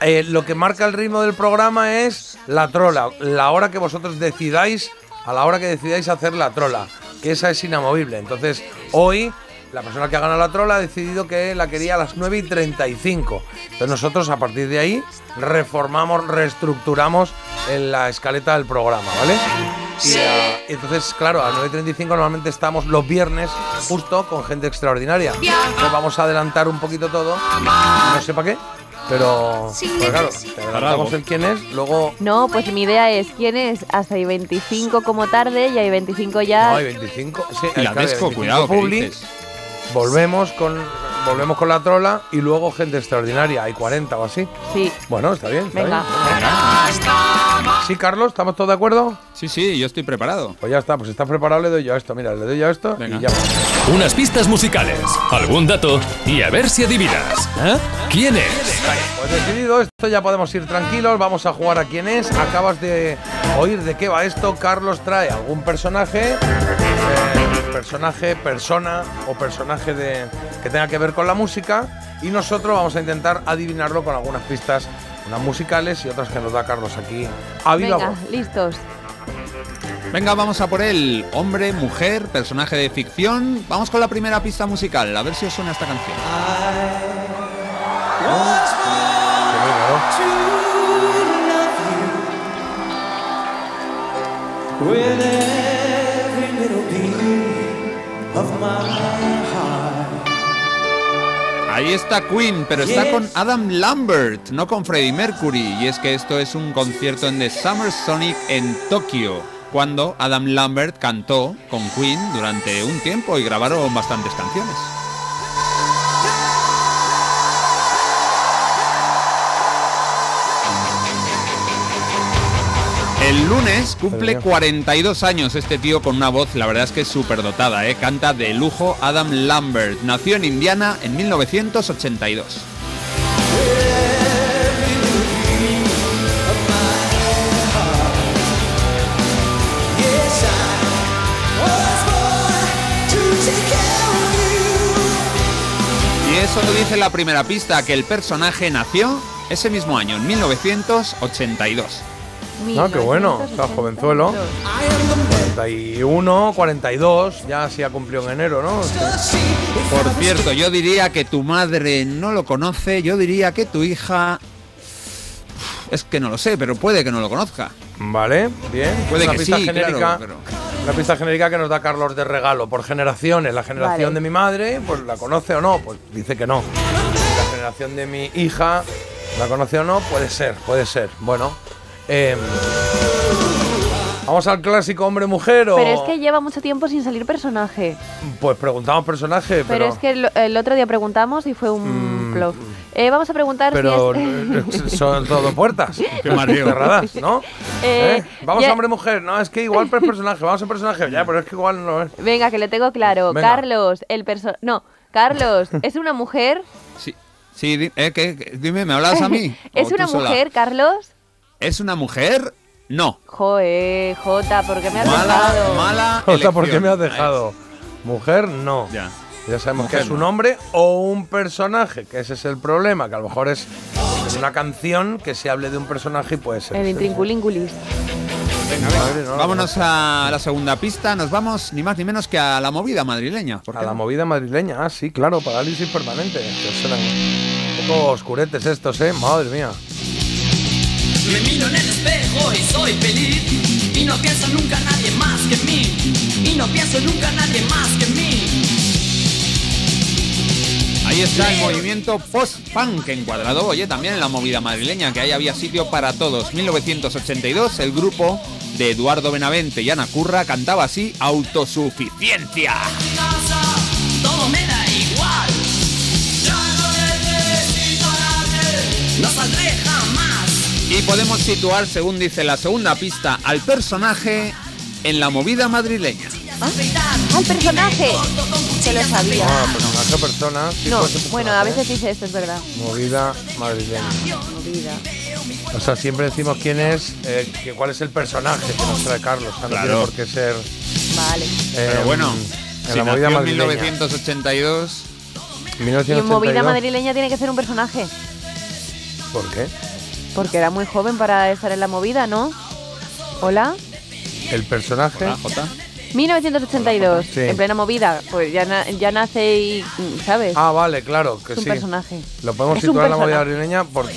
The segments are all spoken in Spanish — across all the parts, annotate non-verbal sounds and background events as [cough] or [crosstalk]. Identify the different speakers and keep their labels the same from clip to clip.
Speaker 1: eh, lo que marca el ritmo del programa es la trola, la hora que vosotros decidáis, a la hora que decidáis hacer la trola, que esa es inamovible. Entonces, hoy la persona que ha ganado la trola ha decidido que la quería a las 9 y 35. Entonces nosotros a partir de ahí reformamos, reestructuramos en la escaleta del programa, ¿vale? Y, ah, y entonces, claro, a las 9 y 35 normalmente estamos los viernes justo con gente extraordinaria. Entonces vamos a adelantar un poquito todo, no sé para qué. Pero, pues claro, te adelantamos el quién es, luego
Speaker 2: No, pues mi idea es quién es hasta y 25 como tarde y hay 25 ya.
Speaker 1: No, hay 25. Sí,
Speaker 3: Y la
Speaker 1: claro, hay
Speaker 3: Desco,
Speaker 1: 25
Speaker 3: cuidado, que
Speaker 1: publi.
Speaker 3: dices.
Speaker 1: Volvemos con, volvemos con la trola y luego gente extraordinaria. Hay 40 o así.
Speaker 2: Sí.
Speaker 1: Bueno, está bien. está
Speaker 2: Venga.
Speaker 1: bien. Sí, Carlos, ¿estamos todos de acuerdo?
Speaker 3: Sí, sí, yo estoy preparado.
Speaker 1: Pues ya está, pues si estás preparado, le doy yo a esto. Mira, le doy yo a esto
Speaker 3: Venga.
Speaker 1: y ya.
Speaker 4: Unas pistas musicales, algún dato y a ver si adivinas. ¿Eh? ¿Quién es?
Speaker 1: Pues decidido esto, ya podemos ir tranquilos. Vamos a jugar a quién es. Acabas de oír de qué va esto. Carlos trae algún personaje, eh, personaje, persona o personaje de, que tenga que ver con la música. Y nosotros vamos a intentar adivinarlo con algunas pistas, unas musicales y otras que nos da Carlos aquí a viva
Speaker 2: Venga,
Speaker 1: voz.
Speaker 2: listos.
Speaker 3: Venga, vamos a por él. Hombre, mujer, personaje de ficción. Vamos con la primera pista musical, a ver si os suena esta canción.
Speaker 1: Qué bien, ¿no?
Speaker 3: Ahí está Queen, pero está con Adam Lambert, no con Freddie Mercury. Y es que esto es un concierto en The Summer Sonic en Tokio, cuando Adam Lambert cantó con Queen durante un tiempo y grabaron bastantes canciones. El lunes cumple
Speaker 1: Madre mía.
Speaker 3: 42 años este tío con una voz, la verdad es que es superdotada, ¿eh? canta de lujo Adam Lambert. Nació en Indiana en 1982. Y eso lo dice la primera pista, que el personaje nació ese mismo año, en 1982.
Speaker 1: Ah, qué bueno, está
Speaker 2: 1982.
Speaker 1: jovenzuelo. 41, 42, ya se ha cumplido en enero, ¿no?
Speaker 3: Por cierto, yo diría que tu madre no lo conoce, yo diría que tu hija... Es que no lo sé, pero puede que no lo conozca.
Speaker 1: Vale, bien.
Speaker 3: Puede
Speaker 1: una
Speaker 3: que
Speaker 1: pista
Speaker 3: sí, claro,
Speaker 1: genérica,
Speaker 3: pero-
Speaker 1: Una pista genérica que nos da Carlos de regalo por generaciones. La generación
Speaker 2: Vale.
Speaker 1: de mi madre, pues la conoce o no, pues dice que no. La generación de mi hija, la conoce o no, puede ser, puede ser. Bueno, em, vamos al clásico hombre-mujer o.
Speaker 2: Pero es que lleva mucho tiempo sin salir personaje.
Speaker 1: Pues preguntamos personaje,
Speaker 2: Pero,
Speaker 1: pero. Mm.
Speaker 2: es que lo- el otro día preguntamos y fue un plof. Eh, vamos a preguntar
Speaker 1: pero
Speaker 2: si
Speaker 1: n-
Speaker 2: es...
Speaker 1: n- [laughs] son todo
Speaker 2: [laughs]
Speaker 1: puertas
Speaker 3: Qué mareo.
Speaker 1: cerradas, ¿no?
Speaker 2: Eh,
Speaker 1: ¿Eh? Vamos
Speaker 2: ya-
Speaker 1: hombre mujer, no, es que igual per personaje, vamos a personaje, ya, pero es que igual no es.
Speaker 2: [laughs] Venga, que le tengo claro.
Speaker 1: Venga.
Speaker 2: Carlos, el personaje... No, Carlos, ¿es
Speaker 1: [laughs]
Speaker 2: una mujer?
Speaker 3: Sí, sí di- eh, ¿qué? ¿Qué? dime, ¿me hablas a mí?
Speaker 2: [laughs] ¿Es
Speaker 3: ¿O
Speaker 2: una
Speaker 3: tú sola?
Speaker 2: mujer, Carlos?
Speaker 3: ¿Es una mujer? No.
Speaker 2: Joe, Jota, ¿por qué me has
Speaker 3: Mala,
Speaker 2: dejado?
Speaker 3: mala.
Speaker 1: [laughs] O sea, ¿por qué
Speaker 3: elección.
Speaker 1: me has dejado? Mujer, no.
Speaker 3: Ya.
Speaker 1: Ya sabemos
Speaker 3: Mujer,
Speaker 1: que es un
Speaker 3: no.
Speaker 1: hombre o un personaje, que ese es el problema, que a lo mejor es una canción que se hable de un personaje y puede ser.
Speaker 2: El
Speaker 1: ese.
Speaker 2: intrinculingulis.
Speaker 1: Madre, no, no,
Speaker 3: Vámonos a la segunda pista, nos vamos ni más ni menos que a la movida madrileña. ¿por
Speaker 1: A
Speaker 3: qué
Speaker 1: la
Speaker 3: no?
Speaker 1: movida madrileña, ah, sí, claro, parálisis permanente. Que suenan un poco oscuretes estos, ¿eh? Madre mía.
Speaker 5: Me miro en el espejo y soy feliz Y no pienso nunca en nadie más que en mí Y no pienso nunca en nadie más que en mí
Speaker 3: Ahí está el movimiento post-punk encuadrado, oye, también en la movida madrileña, que ahí había sitio para todos. 1982, el grupo de Eduardo Benavente y Ana Curra cantaba así, autosuficiencia.
Speaker 5: Mi casa, todo me da igual Ya no necesito a nadie No saldré jamás
Speaker 3: Y podemos situar, según dice la segunda pista, al personaje en la movida madrileña.
Speaker 2: ¡Al personaje! Se lo sabía.
Speaker 1: Ah, personaje, persona. sí, pues, ¿eh?
Speaker 2: No,
Speaker 1: puede ser
Speaker 2: bueno, a
Speaker 1: personaje.
Speaker 2: veces dice esto, es verdad.
Speaker 1: Movida madrileña.
Speaker 2: Movida.
Speaker 1: O sea, siempre decimos quién es, eh, que- cuál es el personaje que nos trae Carlos. O sea, no
Speaker 3: Claro.
Speaker 1: tiene por qué ser.
Speaker 2: Vale.
Speaker 3: Pero
Speaker 1: eh,
Speaker 3: bueno,
Speaker 1: en
Speaker 3: si
Speaker 1: la
Speaker 3: nació
Speaker 1: movida
Speaker 3: en
Speaker 1: madrileña.
Speaker 3: 1982,
Speaker 2: Y en
Speaker 1: 1982.
Speaker 2: movida madrileña tiene que ser un personaje.
Speaker 1: ¿Por qué?
Speaker 2: Porque era muy joven para estar en la movida, ¿no? Hola.
Speaker 1: El personaje.
Speaker 3: Hola, ah, Jota.
Speaker 2: 1982,
Speaker 1: Sí.
Speaker 2: en plena movida. Pues ya, na- ya nace y. mm, ¿Sabes?
Speaker 1: Ah, vale, claro, que
Speaker 2: es un
Speaker 1: sí.
Speaker 2: personaje.
Speaker 1: Lo podemos
Speaker 2: Es un
Speaker 1: situar en la movida
Speaker 2: personaje.
Speaker 1: madrileña porque.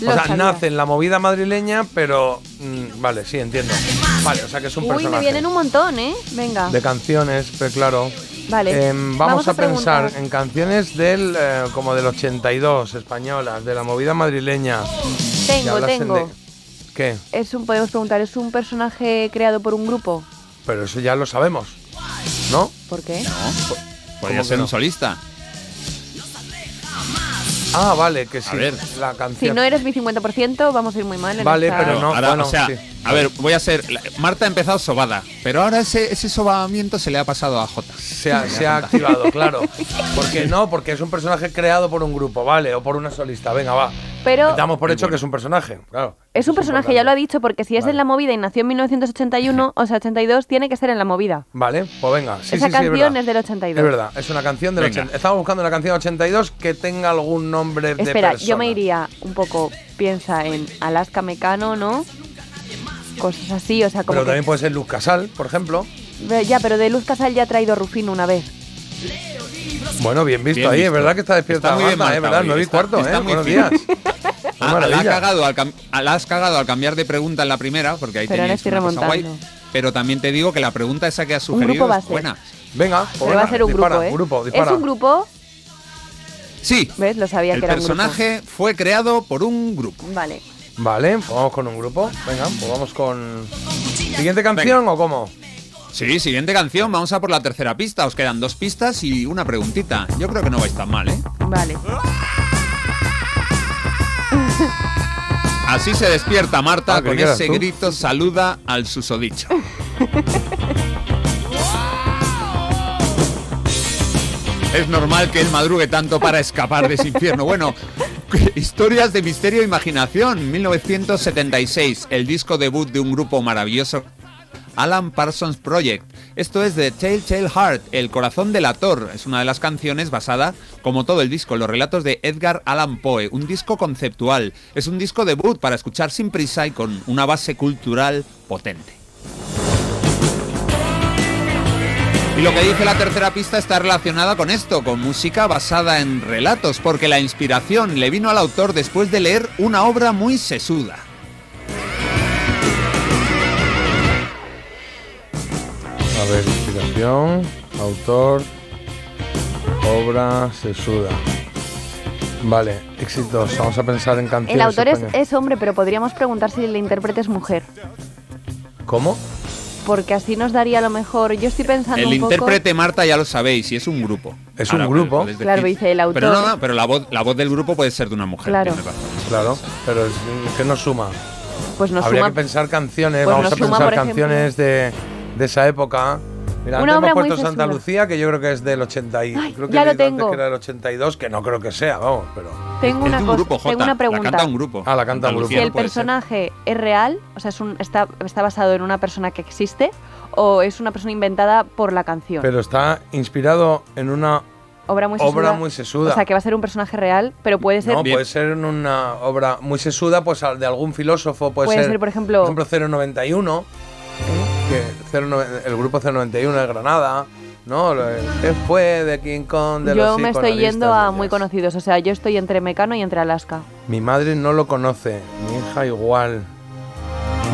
Speaker 2: Lo
Speaker 1: o sea,
Speaker 2: sabía.
Speaker 1: nace en la movida madrileña, pero. mm, vale, sí, entiendo. Vale, o sea que es un
Speaker 2: Uy,
Speaker 1: personaje.
Speaker 2: me vienen un montón, ¿eh? Venga.
Speaker 1: De canciones, pero claro.
Speaker 2: Vale.
Speaker 1: Em, vamos,
Speaker 2: Vamos
Speaker 1: a,
Speaker 2: a
Speaker 1: pensar
Speaker 2: preguntar.
Speaker 1: en canciones del eh, como del 82, españolas, de la movida madrileña. que
Speaker 2: tengo,
Speaker 1: hablasen
Speaker 2: tengo.
Speaker 1: de- ¿Qué?
Speaker 2: Es un, podemos preguntar, ¿es un personaje creado por un grupo?
Speaker 1: Pero eso ya lo sabemos, ¿no?
Speaker 2: ¿Por qué?
Speaker 1: que
Speaker 3: Podría ser
Speaker 1: no?
Speaker 3: un solista.
Speaker 1: Ah, vale, que sí.
Speaker 3: ver.
Speaker 1: La
Speaker 2: Si
Speaker 1: canción.
Speaker 2: no eres mi 50%, vamos a ir muy mal. en
Speaker 1: Vale,
Speaker 2: esta-
Speaker 1: pero no,
Speaker 3: ahora,
Speaker 1: bueno,
Speaker 3: o sea,
Speaker 1: sí.
Speaker 3: a ver, voy a hacer. la- Marta ha empezado sobada, pero ahora ese, ese sobamiento se le ha pasado a Jota.
Speaker 1: se ha, se ha activado, claro. Porque no, porque es un personaje creado por un grupo, ¿vale? O por una solista. Venga, va.
Speaker 2: Pero-
Speaker 1: Damos por
Speaker 3: Muy
Speaker 1: hecho
Speaker 3: bueno.
Speaker 1: que es un personaje, claro.
Speaker 2: Es un personaje, ya lo ha dicho, porque si es
Speaker 1: Vale.
Speaker 2: en la movida y nació en 1981, o sea, 82, tiene que ser en la movida.
Speaker 1: Vale, pues venga. Sí,
Speaker 2: Esa
Speaker 1: sí, sí,
Speaker 2: canción
Speaker 1: verdad.
Speaker 2: es del
Speaker 1: Es
Speaker 2: 82.
Speaker 1: verdad, es una canción del
Speaker 3: Venga.
Speaker 1: 82. Estamos buscando una canción del 82 que tenga algún nombre de
Speaker 2: Espera,
Speaker 1: persona.
Speaker 2: yo me iría un poco, piensa en Alaska Mecano, ¿no? Cosas así, o sea, como.
Speaker 1: Pero
Speaker 2: que-
Speaker 1: también puede ser Luz Casal, por ejemplo.
Speaker 2: Ve- Ya, pero de Luz Casal ya ha traído Rufino una vez.
Speaker 1: Bueno, bien visto
Speaker 3: Bien
Speaker 1: ahí, es
Speaker 3: visto.
Speaker 1: verdad que está despierta
Speaker 3: Está muy
Speaker 1: la
Speaker 3: bien
Speaker 1: banda, es verdad,
Speaker 3: marcado hoy,
Speaker 1: 9 y
Speaker 3: está-
Speaker 1: cuarto,
Speaker 3: está
Speaker 1: ¿eh?
Speaker 3: muy
Speaker 1: Buenos
Speaker 3: fin.
Speaker 1: días. Qué
Speaker 3: [laughs] Ah, la, has
Speaker 1: maravilla.
Speaker 3: cagado al cam- ah, la has cagado al cambiar de pregunta en la primera, porque ahí
Speaker 2: Pero ahora
Speaker 3: tenías
Speaker 2: estoy
Speaker 3: una cosa
Speaker 2: remontando.
Speaker 3: guay, Pero también te digo que la pregunta esa que has sugerido
Speaker 2: grupo va a
Speaker 3: es
Speaker 2: ser.
Speaker 3: buena.
Speaker 1: Venga, pues
Speaker 2: Pero va
Speaker 1: venga,
Speaker 2: a ser un
Speaker 1: dispara,
Speaker 2: grupo, ¿eh?
Speaker 1: grupo, dispara.
Speaker 2: Es un grupo,
Speaker 3: Sí,
Speaker 2: ¿ves? Lo sabía
Speaker 3: el
Speaker 2: que era un grupo.
Speaker 3: personaje fue creado por un grupo.
Speaker 2: Vale.
Speaker 1: Vale, pues vamos con un grupo. Venga, pues vamos con. ¿Siguiente canción o cómo?
Speaker 3: Sí, siguiente canción, vamos a por la tercera pista. Os quedan dos pistas y una preguntita. Yo creo que no vais tan mal, ¿eh?
Speaker 2: Vale.
Speaker 3: Así se despierta Marta
Speaker 1: Ah,
Speaker 3: con
Speaker 1: ¿que eras
Speaker 3: ese
Speaker 1: tú?
Speaker 3: grito saluda al susodicho. es normal que él madrugue tanto para escapar de ese infierno. Bueno, historias de misterio e imaginación. 1976, el disco debut de un grupo maravilloso. Alan Parsons Project. Esto es de Telltale Heart, El corazón del ator. Es una de las canciones basada, como todo el disco, en los relatos de Edgar Allan Poe. Un disco conceptual. Es un disco debut para escuchar sin prisa y con una base cultural potente. Y lo que dice la tercera pista está relacionada con esto, con música basada en relatos, porque la inspiración le vino al autor después de leer una obra muy sesuda.
Speaker 1: A ver, inspiración, autor, obra, sesuda. Vale, éxitos. Vamos a pensar en canciones.
Speaker 2: El autor es,
Speaker 1: españolas.
Speaker 2: es hombre, pero podríamos preguntar si el intérprete es mujer.
Speaker 1: ¿Cómo?
Speaker 2: Porque así nos daría a lo mejor. Yo estoy pensando
Speaker 3: El
Speaker 2: un poco.
Speaker 3: intérprete, Marta, ya lo sabéis, y es un grupo.
Speaker 1: Es un grupo.
Speaker 3: podéis decir.
Speaker 2: Claro, dice el autor.
Speaker 3: Pero, no, no, pero la, voz, la voz del grupo puede ser de una mujer.
Speaker 2: Claro.
Speaker 3: tienes razón.
Speaker 1: Claro, pero es es que no suma.
Speaker 2: Pues nos
Speaker 1: Habría
Speaker 2: suma.
Speaker 1: que pensar canciones.
Speaker 2: Pues
Speaker 1: Vamos
Speaker 2: nos
Speaker 1: a
Speaker 2: suma,
Speaker 1: pensar
Speaker 2: por ejemplo.
Speaker 1: canciones de, de esa época. Mira,
Speaker 2: Una
Speaker 1: antes hemos
Speaker 2: obra muy
Speaker 1: puesto Santa
Speaker 2: sesuda.
Speaker 1: Lucía, que yo creo que es del 80 y-
Speaker 2: Ay,
Speaker 1: creo que
Speaker 2: ya
Speaker 1: he leído
Speaker 2: lo
Speaker 1: antes
Speaker 2: tengo.
Speaker 1: que era del 82, que no creo que sea, vamos, pero...
Speaker 2: Tengo
Speaker 3: Es
Speaker 2: una
Speaker 3: de un
Speaker 2: cosa-
Speaker 3: grupo, Jota.
Speaker 2: tengo una
Speaker 3: La
Speaker 2: pregunta.
Speaker 3: canta un grupo.
Speaker 1: Ah, la canta un grupo.
Speaker 2: si
Speaker 3: Andalucía
Speaker 2: el
Speaker 3: no puede ser.
Speaker 2: personaje es real, o sea, es un- está, está basado en una persona que existe, o es una persona inventada por la canción.
Speaker 1: Pero está inspirado en una...
Speaker 2: obra muy
Speaker 1: obra
Speaker 2: sesuda.
Speaker 1: muy sesuda.
Speaker 2: O sea, que va a ser un personaje real, pero puede ser.
Speaker 1: No,
Speaker 3: Bien.
Speaker 1: puede ser en una obra muy sesuda, pues al- de algún filósofo, puede,
Speaker 2: Puede ser, por ejemplo-
Speaker 1: 091, que 09 el grupo 091 de Granada, ¿no? Lo- ¿Qué fue de King Kong, de
Speaker 2: yo
Speaker 1: los
Speaker 2: me estoy
Speaker 1: psicoanalistas,
Speaker 2: yendo a
Speaker 1: de
Speaker 2: muy
Speaker 1: jazz?
Speaker 2: conocidos. O sea, yo estoy entre Mecano y entre Alaska.
Speaker 1: Mi madre no lo conoce, mi hija igual.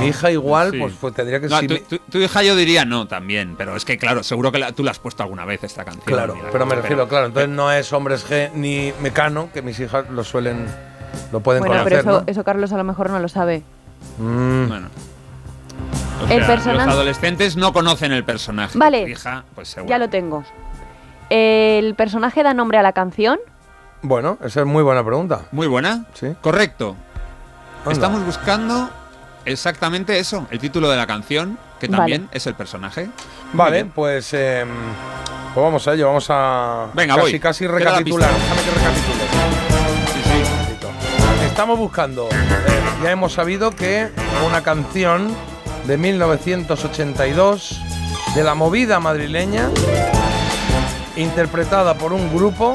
Speaker 1: Mi hija igual,
Speaker 3: Sí.
Speaker 1: pues, pues tendría que
Speaker 3: No,
Speaker 1: si
Speaker 3: tu,
Speaker 1: mi-
Speaker 3: tu- tu hija yo diría no también, pero es que claro, seguro que la- tú la has puesto alguna vez esta canción.
Speaker 1: Claro,
Speaker 3: ni la
Speaker 1: pero me
Speaker 3: cosa,
Speaker 1: refiero, claro, entonces
Speaker 3: eh
Speaker 1: no es Hombres G ni Mecano, que mis hijas lo suelen, lo pueden
Speaker 2: Bueno,
Speaker 1: conocer,
Speaker 2: pero eso,
Speaker 1: ¿no?
Speaker 2: eso Carlos a lo mejor no lo sabe.
Speaker 1: Mm.
Speaker 3: Bueno. O
Speaker 2: El
Speaker 3: sea,
Speaker 2: personaje-
Speaker 3: Los adolescentes no conocen el personaje.
Speaker 2: Vale.
Speaker 3: Tu hija, pues seguro.
Speaker 2: Ya lo tengo. El personaje da nombre a la canción.
Speaker 1: Bueno, esa es muy buena pregunta.
Speaker 3: Muy buena.
Speaker 1: Sí.
Speaker 3: Correcto.
Speaker 1: Anda.
Speaker 3: Estamos buscando exactamente eso, el título de la canción, que
Speaker 2: Vale.
Speaker 3: también es el personaje. Muy
Speaker 1: Vale,
Speaker 3: bien.
Speaker 1: pues, em, pues vamos a ello, vamos a
Speaker 3: Venga,
Speaker 1: casi,
Speaker 3: voy.
Speaker 1: casi
Speaker 3: Queda la
Speaker 1: recapitular.
Speaker 3: pista.
Speaker 1: Déjame que recapitule. Estamos buscando, eh, ya hemos sabido que una canción de 1982 de la movida madrileña, interpretada por un grupo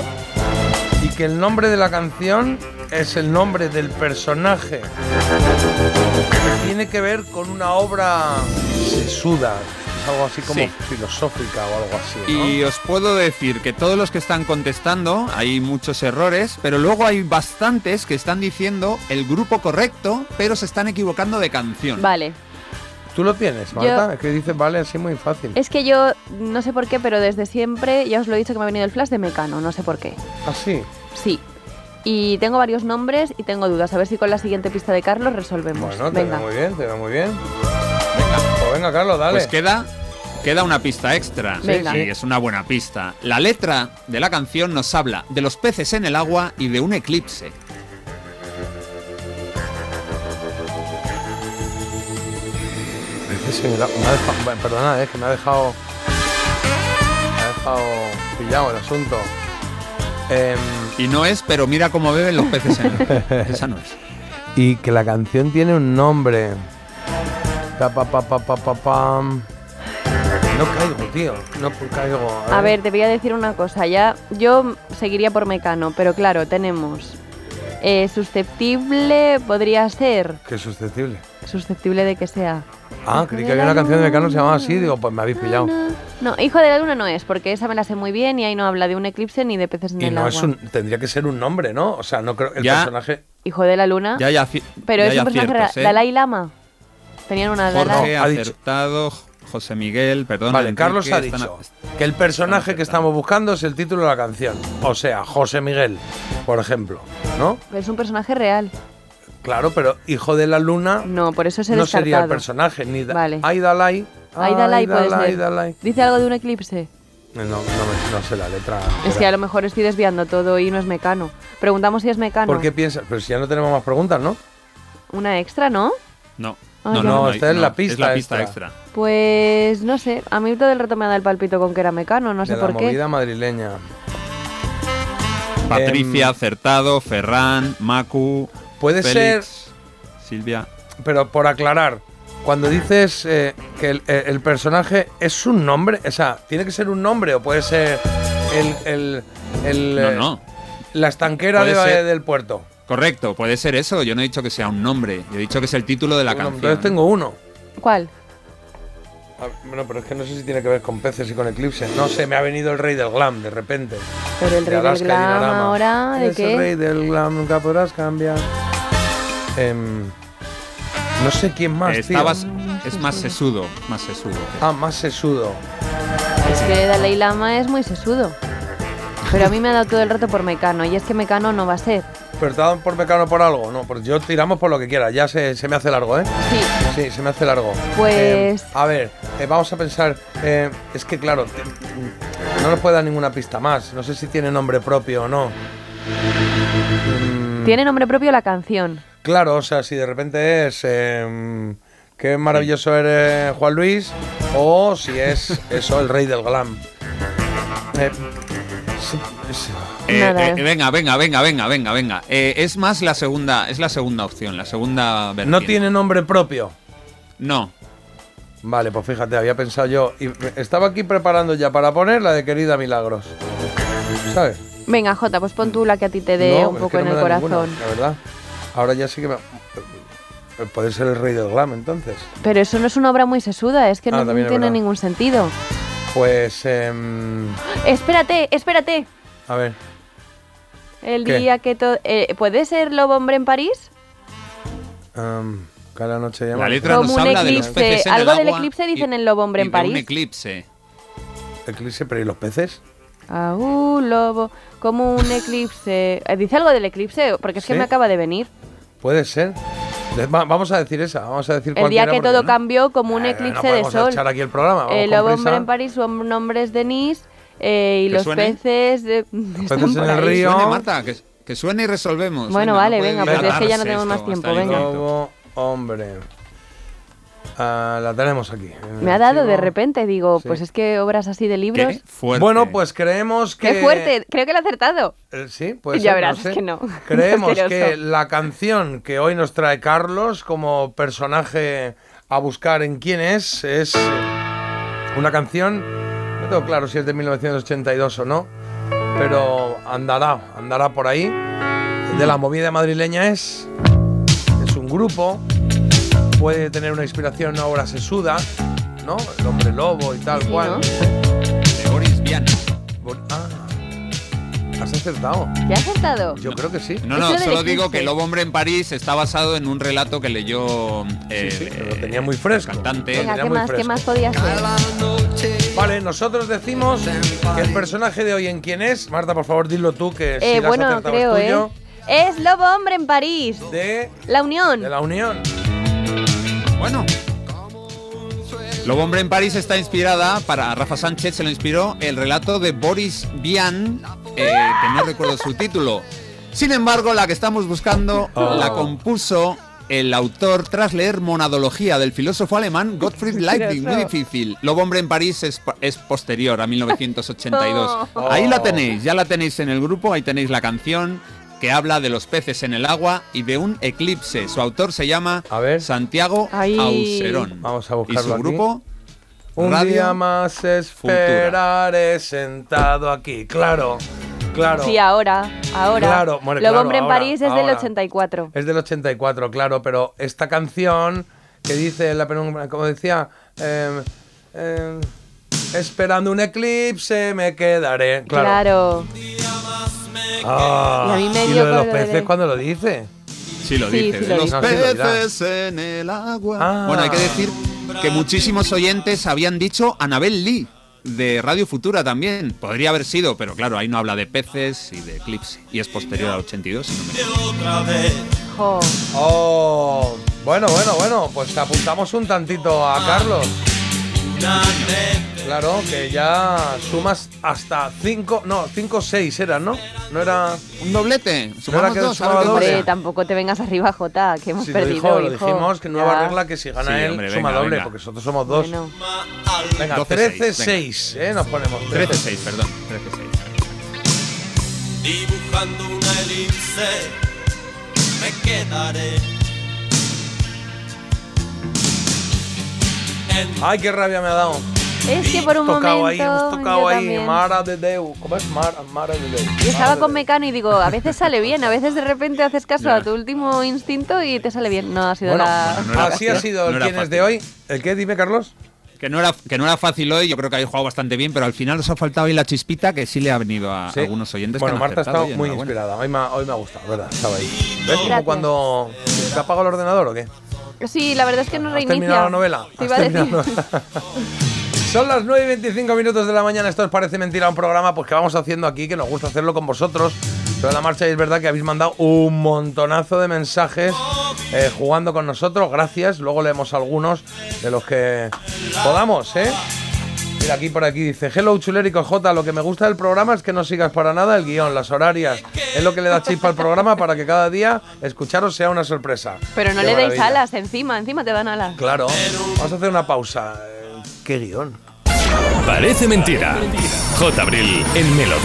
Speaker 1: y que el nombre de la canción es el nombre del personaje. Que tiene que ver con una obra sesuda, es algo así como
Speaker 3: Sí.
Speaker 1: filosófica o algo así. ¿no?
Speaker 3: Y os puedo decir que todos los que están contestando, hay muchos errores, pero luego hay bastantes que están diciendo el grupo correcto, pero se están equivocando de canción.
Speaker 2: Vale.
Speaker 1: ¿Tú lo tienes, Marta? Es que dices, vale, así muy fácil.
Speaker 2: Es que yo, no sé por qué, pero desde siempre, ya os lo he dicho que me ha venido el flash de Mecano, no sé por qué.
Speaker 1: Así.
Speaker 2: Sí. Y tengo varios nombres y tengo dudas. A ver si con la siguiente pista de Carlos resolvemos.
Speaker 1: Bueno, te
Speaker 2: Venga.
Speaker 1: veo muy bien, te veo muy bien. Pues venga, Carlos, dale.
Speaker 3: Pues queda, queda una pista extra.
Speaker 2: Venga.
Speaker 3: Sí, es una buena pista. La letra de la canción nos habla de los peces en el agua y de un eclipse.
Speaker 1: Sí, me da- me ha dejado- bueno, perdona, es que me ha dejado. Me ha dejado pillado el asunto. Em,
Speaker 3: Y no es, pero mira cómo beben los peces en el
Speaker 1: [laughs]
Speaker 3: agua. Esa no es.
Speaker 1: y que la canción tiene un nombre. Pa, pa, pa, pa, pa, pa, pam. No caigo, tío. No caigo. ¿eh?
Speaker 2: A ver, te voy a decir una cosa. Ya, yo seguiría por Mecano, pero claro, tenemos. eh, susceptible podría ser.
Speaker 1: Qué susceptible.
Speaker 2: Susceptible de que sea.
Speaker 1: Ah, creí que había una canción de Mecano que se llamaba así. Digo, pues me habéis pillado.
Speaker 2: No, hijo de la luna no es, porque esa me la sé muy bien y ahí no habla de un eclipse ni de peces en
Speaker 1: Y
Speaker 2: el
Speaker 1: no
Speaker 2: agua.
Speaker 1: es un. Tendría que ser un nombre, ¿no? O sea, no creo. El
Speaker 3: Ya.
Speaker 1: personaje.
Speaker 2: Hijo de la luna.
Speaker 3: Ya, ya, ci-
Speaker 2: pero
Speaker 3: ya
Speaker 2: es
Speaker 3: hay
Speaker 2: un personaje
Speaker 3: aciertos,
Speaker 2: ra-
Speaker 3: ¿eh?
Speaker 2: Dalai Lama. Tenían una Dalai.
Speaker 3: Jorge
Speaker 1: No,
Speaker 3: ha
Speaker 1: ha dicho-
Speaker 3: acertado, José Miguel, perdón.
Speaker 1: Vale, Carlos ha
Speaker 3: Enrique,
Speaker 1: dicho
Speaker 3: están a-
Speaker 1: que el personaje que
Speaker 3: están acertando.
Speaker 1: estamos buscando es el título de la canción. O sea, José Miguel, por ejemplo. ¿No?
Speaker 2: Es un personaje real.
Speaker 1: Claro, pero Hijo de la Luna
Speaker 2: No, por eso se
Speaker 1: no sería el
Speaker 2: descartado.
Speaker 1: personaje. Ni da
Speaker 2: Vale.
Speaker 1: Ay, Dalai.
Speaker 2: Ay, Dalai puede
Speaker 1: Dalai,
Speaker 2: ser.
Speaker 1: Dalai.
Speaker 2: Dice algo de un eclipse.
Speaker 1: No, no, me- no sé la letra.
Speaker 2: Es que a lo mejor estoy desviando todo y no es mecano. Preguntamos si es mecano.
Speaker 1: ¿Por qué piensas? Pero si ya no tenemos más preguntas, ¿no?
Speaker 2: Una extra, ¿no?
Speaker 3: No,
Speaker 1: Ah,
Speaker 2: Ay,
Speaker 3: no, no,
Speaker 2: no.
Speaker 3: no,
Speaker 1: Esta es la
Speaker 3: Es la
Speaker 1: pista
Speaker 3: pista
Speaker 1: extra.
Speaker 3: extra.
Speaker 2: Pues no sé. A mí todo el rato me ha dado el palpito con que era mecano, no sé
Speaker 1: de la
Speaker 2: por qué.
Speaker 1: movida madrileña.
Speaker 3: Patricia
Speaker 1: Em,
Speaker 3: acertado, Ferran, Macu.
Speaker 1: Puede
Speaker 3: Félix, Silvia.
Speaker 1: Pero por aclarar, cuando dices eh, que el, eh, el personaje es un nombre, o sea, ¿tiene que ser un nombre o puede ser el. el, el,
Speaker 3: No,
Speaker 1: eh,
Speaker 3: no.
Speaker 1: La estanquera
Speaker 3: Puede
Speaker 1: de-
Speaker 3: ser.
Speaker 1: del puerto.
Speaker 3: Correcto, puede ser eso. Yo no he dicho que sea un nombre. Yo he dicho que es el título de la
Speaker 1: Uno,
Speaker 3: canción.
Speaker 1: entonces tengo uno.
Speaker 2: ¿Cuál?
Speaker 1: A ver, Ah, Bueno, pero es que no sé si tiene que ver con peces y con eclipses. No sé, me ha venido el rey del glam de repente.
Speaker 2: Pero el
Speaker 1: De
Speaker 2: rey del
Speaker 1: Alaska y
Speaker 2: glam
Speaker 1: Dinarama.
Speaker 2: ahora, ¿de
Speaker 1: Eres
Speaker 2: qué?
Speaker 1: el rey del glam, nunca podrás cambiar. Em, no sé quién más, tío.
Speaker 3: Estabas- es más sesudo, más sesudo.
Speaker 1: Ah, más sesudo.
Speaker 2: Es que Dalai Lama es muy sesudo. Pero a mí me ha dado todo el rato por mecano y es que mecano no va a ser.
Speaker 1: ¿Pero te dan por mecano por algo? No, pues yo tiramos por lo que quiera. Ya se, se me hace largo, ¿eh?
Speaker 2: Sí.
Speaker 1: Sí, se me hace largo.
Speaker 2: Pues-
Speaker 1: Eh, a ver, eh, vamos a pensar. eh, es que, claro, te- no nos puede dar ninguna pista más. No sé si tiene nombre propio o no. Mm.
Speaker 2: Tiene nombre propio la canción.
Speaker 1: Claro, o sea, si de repente es. eh, qué maravilloso eres, Juan Luis. O si
Speaker 3: [laughs]
Speaker 1: es eso, el rey del glam. Eh, sí, sí.
Speaker 3: Eh,
Speaker 2: Nada.
Speaker 3: eh, venga, venga, venga, venga, venga, venga. Eh, es más la segunda, es la segunda opción, la segunda
Speaker 1: no
Speaker 3: vertiente.
Speaker 1: tiene nombre propio.
Speaker 3: No.
Speaker 1: Vale, pues fíjate, había pensado yo. Y estaba aquí preparando ya para poner la de Querida Milagros. ¿Sabes?
Speaker 2: Venga, Jota, pues pon tú la que a ti te dé un
Speaker 1: es
Speaker 2: poco
Speaker 1: que
Speaker 2: en
Speaker 1: me
Speaker 2: el
Speaker 1: da ninguna,
Speaker 2: corazón.
Speaker 1: la verdad. Ahora ya sí que me. Puede ser el rey del glam, entonces.
Speaker 2: Pero eso no es una obra muy sesuda, es que
Speaker 1: Ah,
Speaker 2: no
Speaker 1: también
Speaker 2: tiene
Speaker 1: es verdad.
Speaker 2: ningún sentido.
Speaker 1: Pues. em,
Speaker 2: Espérate, espérate.
Speaker 1: a ver.
Speaker 2: El
Speaker 1: ¿Qué?
Speaker 2: día que todo. ¿Puede ser Lobo Hombre en París?
Speaker 1: em, cada noche llama.
Speaker 3: La letra nos
Speaker 2: Como un
Speaker 3: habla de los
Speaker 2: eclipse.
Speaker 3: peces en el
Speaker 2: Algo del
Speaker 3: agua
Speaker 2: eclipse dicen
Speaker 3: y-
Speaker 2: en Lobo Hombre
Speaker 3: y
Speaker 2: en
Speaker 3: de
Speaker 2: París.
Speaker 3: Un eclipse.
Speaker 1: Eclipse, pero ¿y los peces?
Speaker 2: Ah, uh, lobo, como un eclipse. Eh, ¿Dice algo del eclipse? Porque es que
Speaker 1: Sí.
Speaker 2: me acaba de venir.
Speaker 1: Puede ser. De- va- vamos a decir esa, vamos a decir
Speaker 2: El
Speaker 1: cuál
Speaker 2: día
Speaker 1: era,
Speaker 2: que
Speaker 1: porque
Speaker 2: todo
Speaker 1: no-
Speaker 2: cambió como un
Speaker 1: Eh,
Speaker 2: eclipse
Speaker 1: no
Speaker 2: de
Speaker 1: podemos
Speaker 2: sol.
Speaker 1: echar aquí el programa. vamos
Speaker 2: El
Speaker 1: con
Speaker 2: lobo
Speaker 1: prisa.
Speaker 2: hombre en París, su nombre es Denise. eh, y
Speaker 3: ¿Que
Speaker 2: los
Speaker 3: suene?
Speaker 2: peces. [laughs] eh, están
Speaker 1: peces
Speaker 2: por
Speaker 1: en el
Speaker 2: ahí.
Speaker 1: río.
Speaker 3: Que
Speaker 1: Tío.
Speaker 3: suene, Marta, que, que suene y resolvemos. ¿eh?
Speaker 2: Bueno,
Speaker 3: no
Speaker 2: vale,
Speaker 3: puede
Speaker 2: venga, pues
Speaker 1: es que
Speaker 2: dilatarse
Speaker 1: ya
Speaker 2: no tenemos
Speaker 3: esto,
Speaker 2: más
Speaker 3: hasta
Speaker 2: tiempo,
Speaker 3: ahí
Speaker 2: venga.
Speaker 3: llegamos.
Speaker 1: Lobo, hombre. Ah, la tenemos aquí. en el
Speaker 2: Me ha dado de
Speaker 1: archivo.
Speaker 2: repente, digo,
Speaker 1: Sí.
Speaker 2: pues es que obras así de libros.
Speaker 3: Qué fuerte.
Speaker 1: Bueno, pues creemos que.
Speaker 2: ¡Qué fuerte! Creo que lo he acertado.
Speaker 1: Eh, Sí, pues.
Speaker 2: Ya verás, es que no. [laughs]
Speaker 1: Creemos que
Speaker 2: Asqueroso.
Speaker 1: la canción que hoy nos trae Carlos como personaje a buscar en quién es, es eh, una canción. No tengo claro si es de 1982 o no, pero andará, andará por ahí. de la movida madrileña es. Es un grupo, puede tener una inspiración ahora sesuda, ¿no? El hombre lobo y tal
Speaker 2: Sí,
Speaker 1: cual.
Speaker 2: ¿no?
Speaker 3: de Boris Vian.
Speaker 1: Bon- Ah, has acertado.
Speaker 2: ¿Te has acertado?
Speaker 1: Yo creo que sí.
Speaker 3: No,
Speaker 2: Eso
Speaker 3: no,
Speaker 2: lo
Speaker 3: solo digo
Speaker 2: dijiste.
Speaker 3: que Lobo Hombre en París está basado en un relato que leyó el,
Speaker 1: sí, pero lo
Speaker 3: eh,
Speaker 1: tenía muy fresco.
Speaker 3: cantante.
Speaker 1: Lo
Speaker 2: Venga,
Speaker 1: tenía
Speaker 2: ¿qué
Speaker 1: muy
Speaker 2: más, ¿qué
Speaker 1: fresco.
Speaker 2: más podía ser?
Speaker 1: Vale, nosotros decimos que el personaje de hoy en quién es. Marta, por favor, dilo tú que si
Speaker 2: Eh,
Speaker 1: lo has
Speaker 2: bueno,
Speaker 1: acertado
Speaker 2: creo,
Speaker 1: es tuyo.
Speaker 2: ¿eh? Es Lobo Hombre en París.
Speaker 1: De,
Speaker 2: La Unión.
Speaker 1: de la Unión.
Speaker 3: Bueno. Lobo Hombre en París está inspirada, para Rafa Sánchez se lo inspiró el relato de Boris Vian, eh, que no recuerdo su título. Sin embargo, la que estamos buscando
Speaker 1: Oh.
Speaker 3: la compuso el autor tras leer Monadología del filósofo
Speaker 1: [laughs]
Speaker 3: alemán Gottfried Leibniz. Muy difícil. Lobo Hombre en París es, pa- es posterior a 1982.
Speaker 1: Oh.
Speaker 3: Ahí la tenéis, ya la tenéis en el grupo, ahí tenéis la canción que habla de los peces en el agua y de un eclipse. Su autor se llama
Speaker 1: A ver.
Speaker 3: Santiago
Speaker 2: Ahí.
Speaker 3: Auserón.
Speaker 1: Vamos a
Speaker 3: Y su
Speaker 1: buscarlo aquí.
Speaker 3: grupo,
Speaker 1: Un
Speaker 3: Radio
Speaker 1: día más esperaré sentado aquí. Claro, claro.
Speaker 2: Sí, ahora, ahora.
Speaker 1: Claro, bueno,
Speaker 2: Lobo
Speaker 1: claro,
Speaker 2: Hombre en
Speaker 1: ahora,
Speaker 2: París es del
Speaker 1: ahora.
Speaker 2: 84.
Speaker 1: Es del 84, claro, pero esta canción que dice en la penumbra, como decía, eh, eh, esperando un eclipse me quedaré. Eh, Claro.
Speaker 2: Claro.
Speaker 1: Ah,
Speaker 2: Y a mí me
Speaker 1: y
Speaker 2: dio
Speaker 1: lo de los
Speaker 2: con lo de-
Speaker 1: peces cuando lo dice.
Speaker 3: Sí lo
Speaker 2: Sí,
Speaker 3: dice. ¿eh?
Speaker 2: sí lo
Speaker 3: los
Speaker 1: dice.
Speaker 3: peces en el agua.
Speaker 1: Ah.
Speaker 3: Bueno, hay que decir que muchísimos oyentes habían dicho Anabel Lee de Radio Futura también. Podría haber sido, pero claro, ahí no habla de peces y de eclipse. Y es posterior al 82, si no me equivoco.
Speaker 2: Jo.
Speaker 1: Oh, bueno, bueno, bueno, pues apuntamos un tantito a Carlos. Claro, que ya sumas hasta 5, no, 5 o 6 eran, ¿no? No era...
Speaker 3: Un doblete.
Speaker 1: Ahora
Speaker 3: Sumamos
Speaker 1: que
Speaker 3: dos, a ver
Speaker 1: sumaba
Speaker 3: qué
Speaker 1: dos.
Speaker 3: pasa.
Speaker 2: Hombre, tampoco te vengas arriba, Jota, que hemos
Speaker 1: Si lo,
Speaker 2: perdido.
Speaker 1: dijo, lo
Speaker 2: hijo.
Speaker 1: dijimos, que nueva
Speaker 2: Ya.
Speaker 1: regla que si gana
Speaker 3: Sí,
Speaker 1: él,
Speaker 3: hombre,
Speaker 1: suma
Speaker 3: venga,
Speaker 1: doble,
Speaker 3: venga.
Speaker 1: porque nosotros somos dos.
Speaker 2: Bueno.
Speaker 1: Venga,
Speaker 3: 12-6,
Speaker 1: 13-6, ¿eh? Nos ponemos 13-6.
Speaker 3: 13-6, perdón. 13-6.
Speaker 6: Dibujando una elipse me quedaré.
Speaker 1: Ay, qué rabia me ha dado.
Speaker 2: Es que por un
Speaker 1: Hemos tocado ahí,
Speaker 2: momento.
Speaker 1: hemos tocado
Speaker 2: yo
Speaker 1: ahí,
Speaker 2: también.
Speaker 1: Mara de Deu. ¿Cómo es Mara, Mara de Deu?
Speaker 2: Yo
Speaker 1: Mara
Speaker 2: estaba
Speaker 1: de
Speaker 2: con
Speaker 1: Deu.
Speaker 2: Mecano y digo, a veces sale bien, a veces de repente haces caso
Speaker 3: Ya.
Speaker 2: a tu último instinto y te sale bien. No ha sido
Speaker 1: Bueno,
Speaker 2: la.
Speaker 3: bueno, no era
Speaker 1: así
Speaker 3: fácil,
Speaker 1: ha sido
Speaker 3: no
Speaker 1: el
Speaker 3: era
Speaker 1: quién es
Speaker 3: fácil.
Speaker 1: de hoy. ¿El qué? Dime, Carlos.
Speaker 3: Que no, era, que no era fácil hoy, yo creo que habéis jugado bastante bien, pero al final os ha faltado ahí la chispita que sí le ha venido a
Speaker 1: Sí.
Speaker 3: algunos oyentes. que
Speaker 1: Bueno,
Speaker 3: han
Speaker 1: Marta ha
Speaker 3: acertado,
Speaker 1: estado
Speaker 3: oye,
Speaker 1: muy
Speaker 3: enhorabuena.
Speaker 1: inspirada. Hoy me, ha- hoy me ha gustado, ¿verdad? Estaba ahí. ¿Ves como
Speaker 2: Gracias.
Speaker 1: cuando te apaga el ordenador o qué?
Speaker 2: Sí, la verdad es que no
Speaker 1: ¿Has
Speaker 2: reinicia.
Speaker 1: terminado la novela? ¿Has
Speaker 2: Te iba a decir.
Speaker 1: terminado la novela?
Speaker 2: [laughs]
Speaker 1: Son las 9 y 25 minutos de la mañana. Esto os parece mentira un programa pues que vamos haciendo aquí, que nos gusta hacerlo con vosotros. Sobre la marcha, y es verdad que habéis mandado un montonazo de mensajes eh, jugando con nosotros. Gracias. Luego leemos algunos de los que podamos, ¿eh? Mira, aquí por aquí dice, hello chulérico J, lo que me gusta del programa es que no sigas para nada el guión, las horarias. Es lo que le da chispa al programa para que cada día escucharos sea una sorpresa.
Speaker 2: Pero no
Speaker 1: Qué
Speaker 2: le deis
Speaker 1: maravilla.
Speaker 2: alas, encima, encima te dan alas.
Speaker 1: Claro. Vamos a hacer una pausa. Eh, ¿Qué guión?
Speaker 4: Parece mentira. J. Abril en Melodía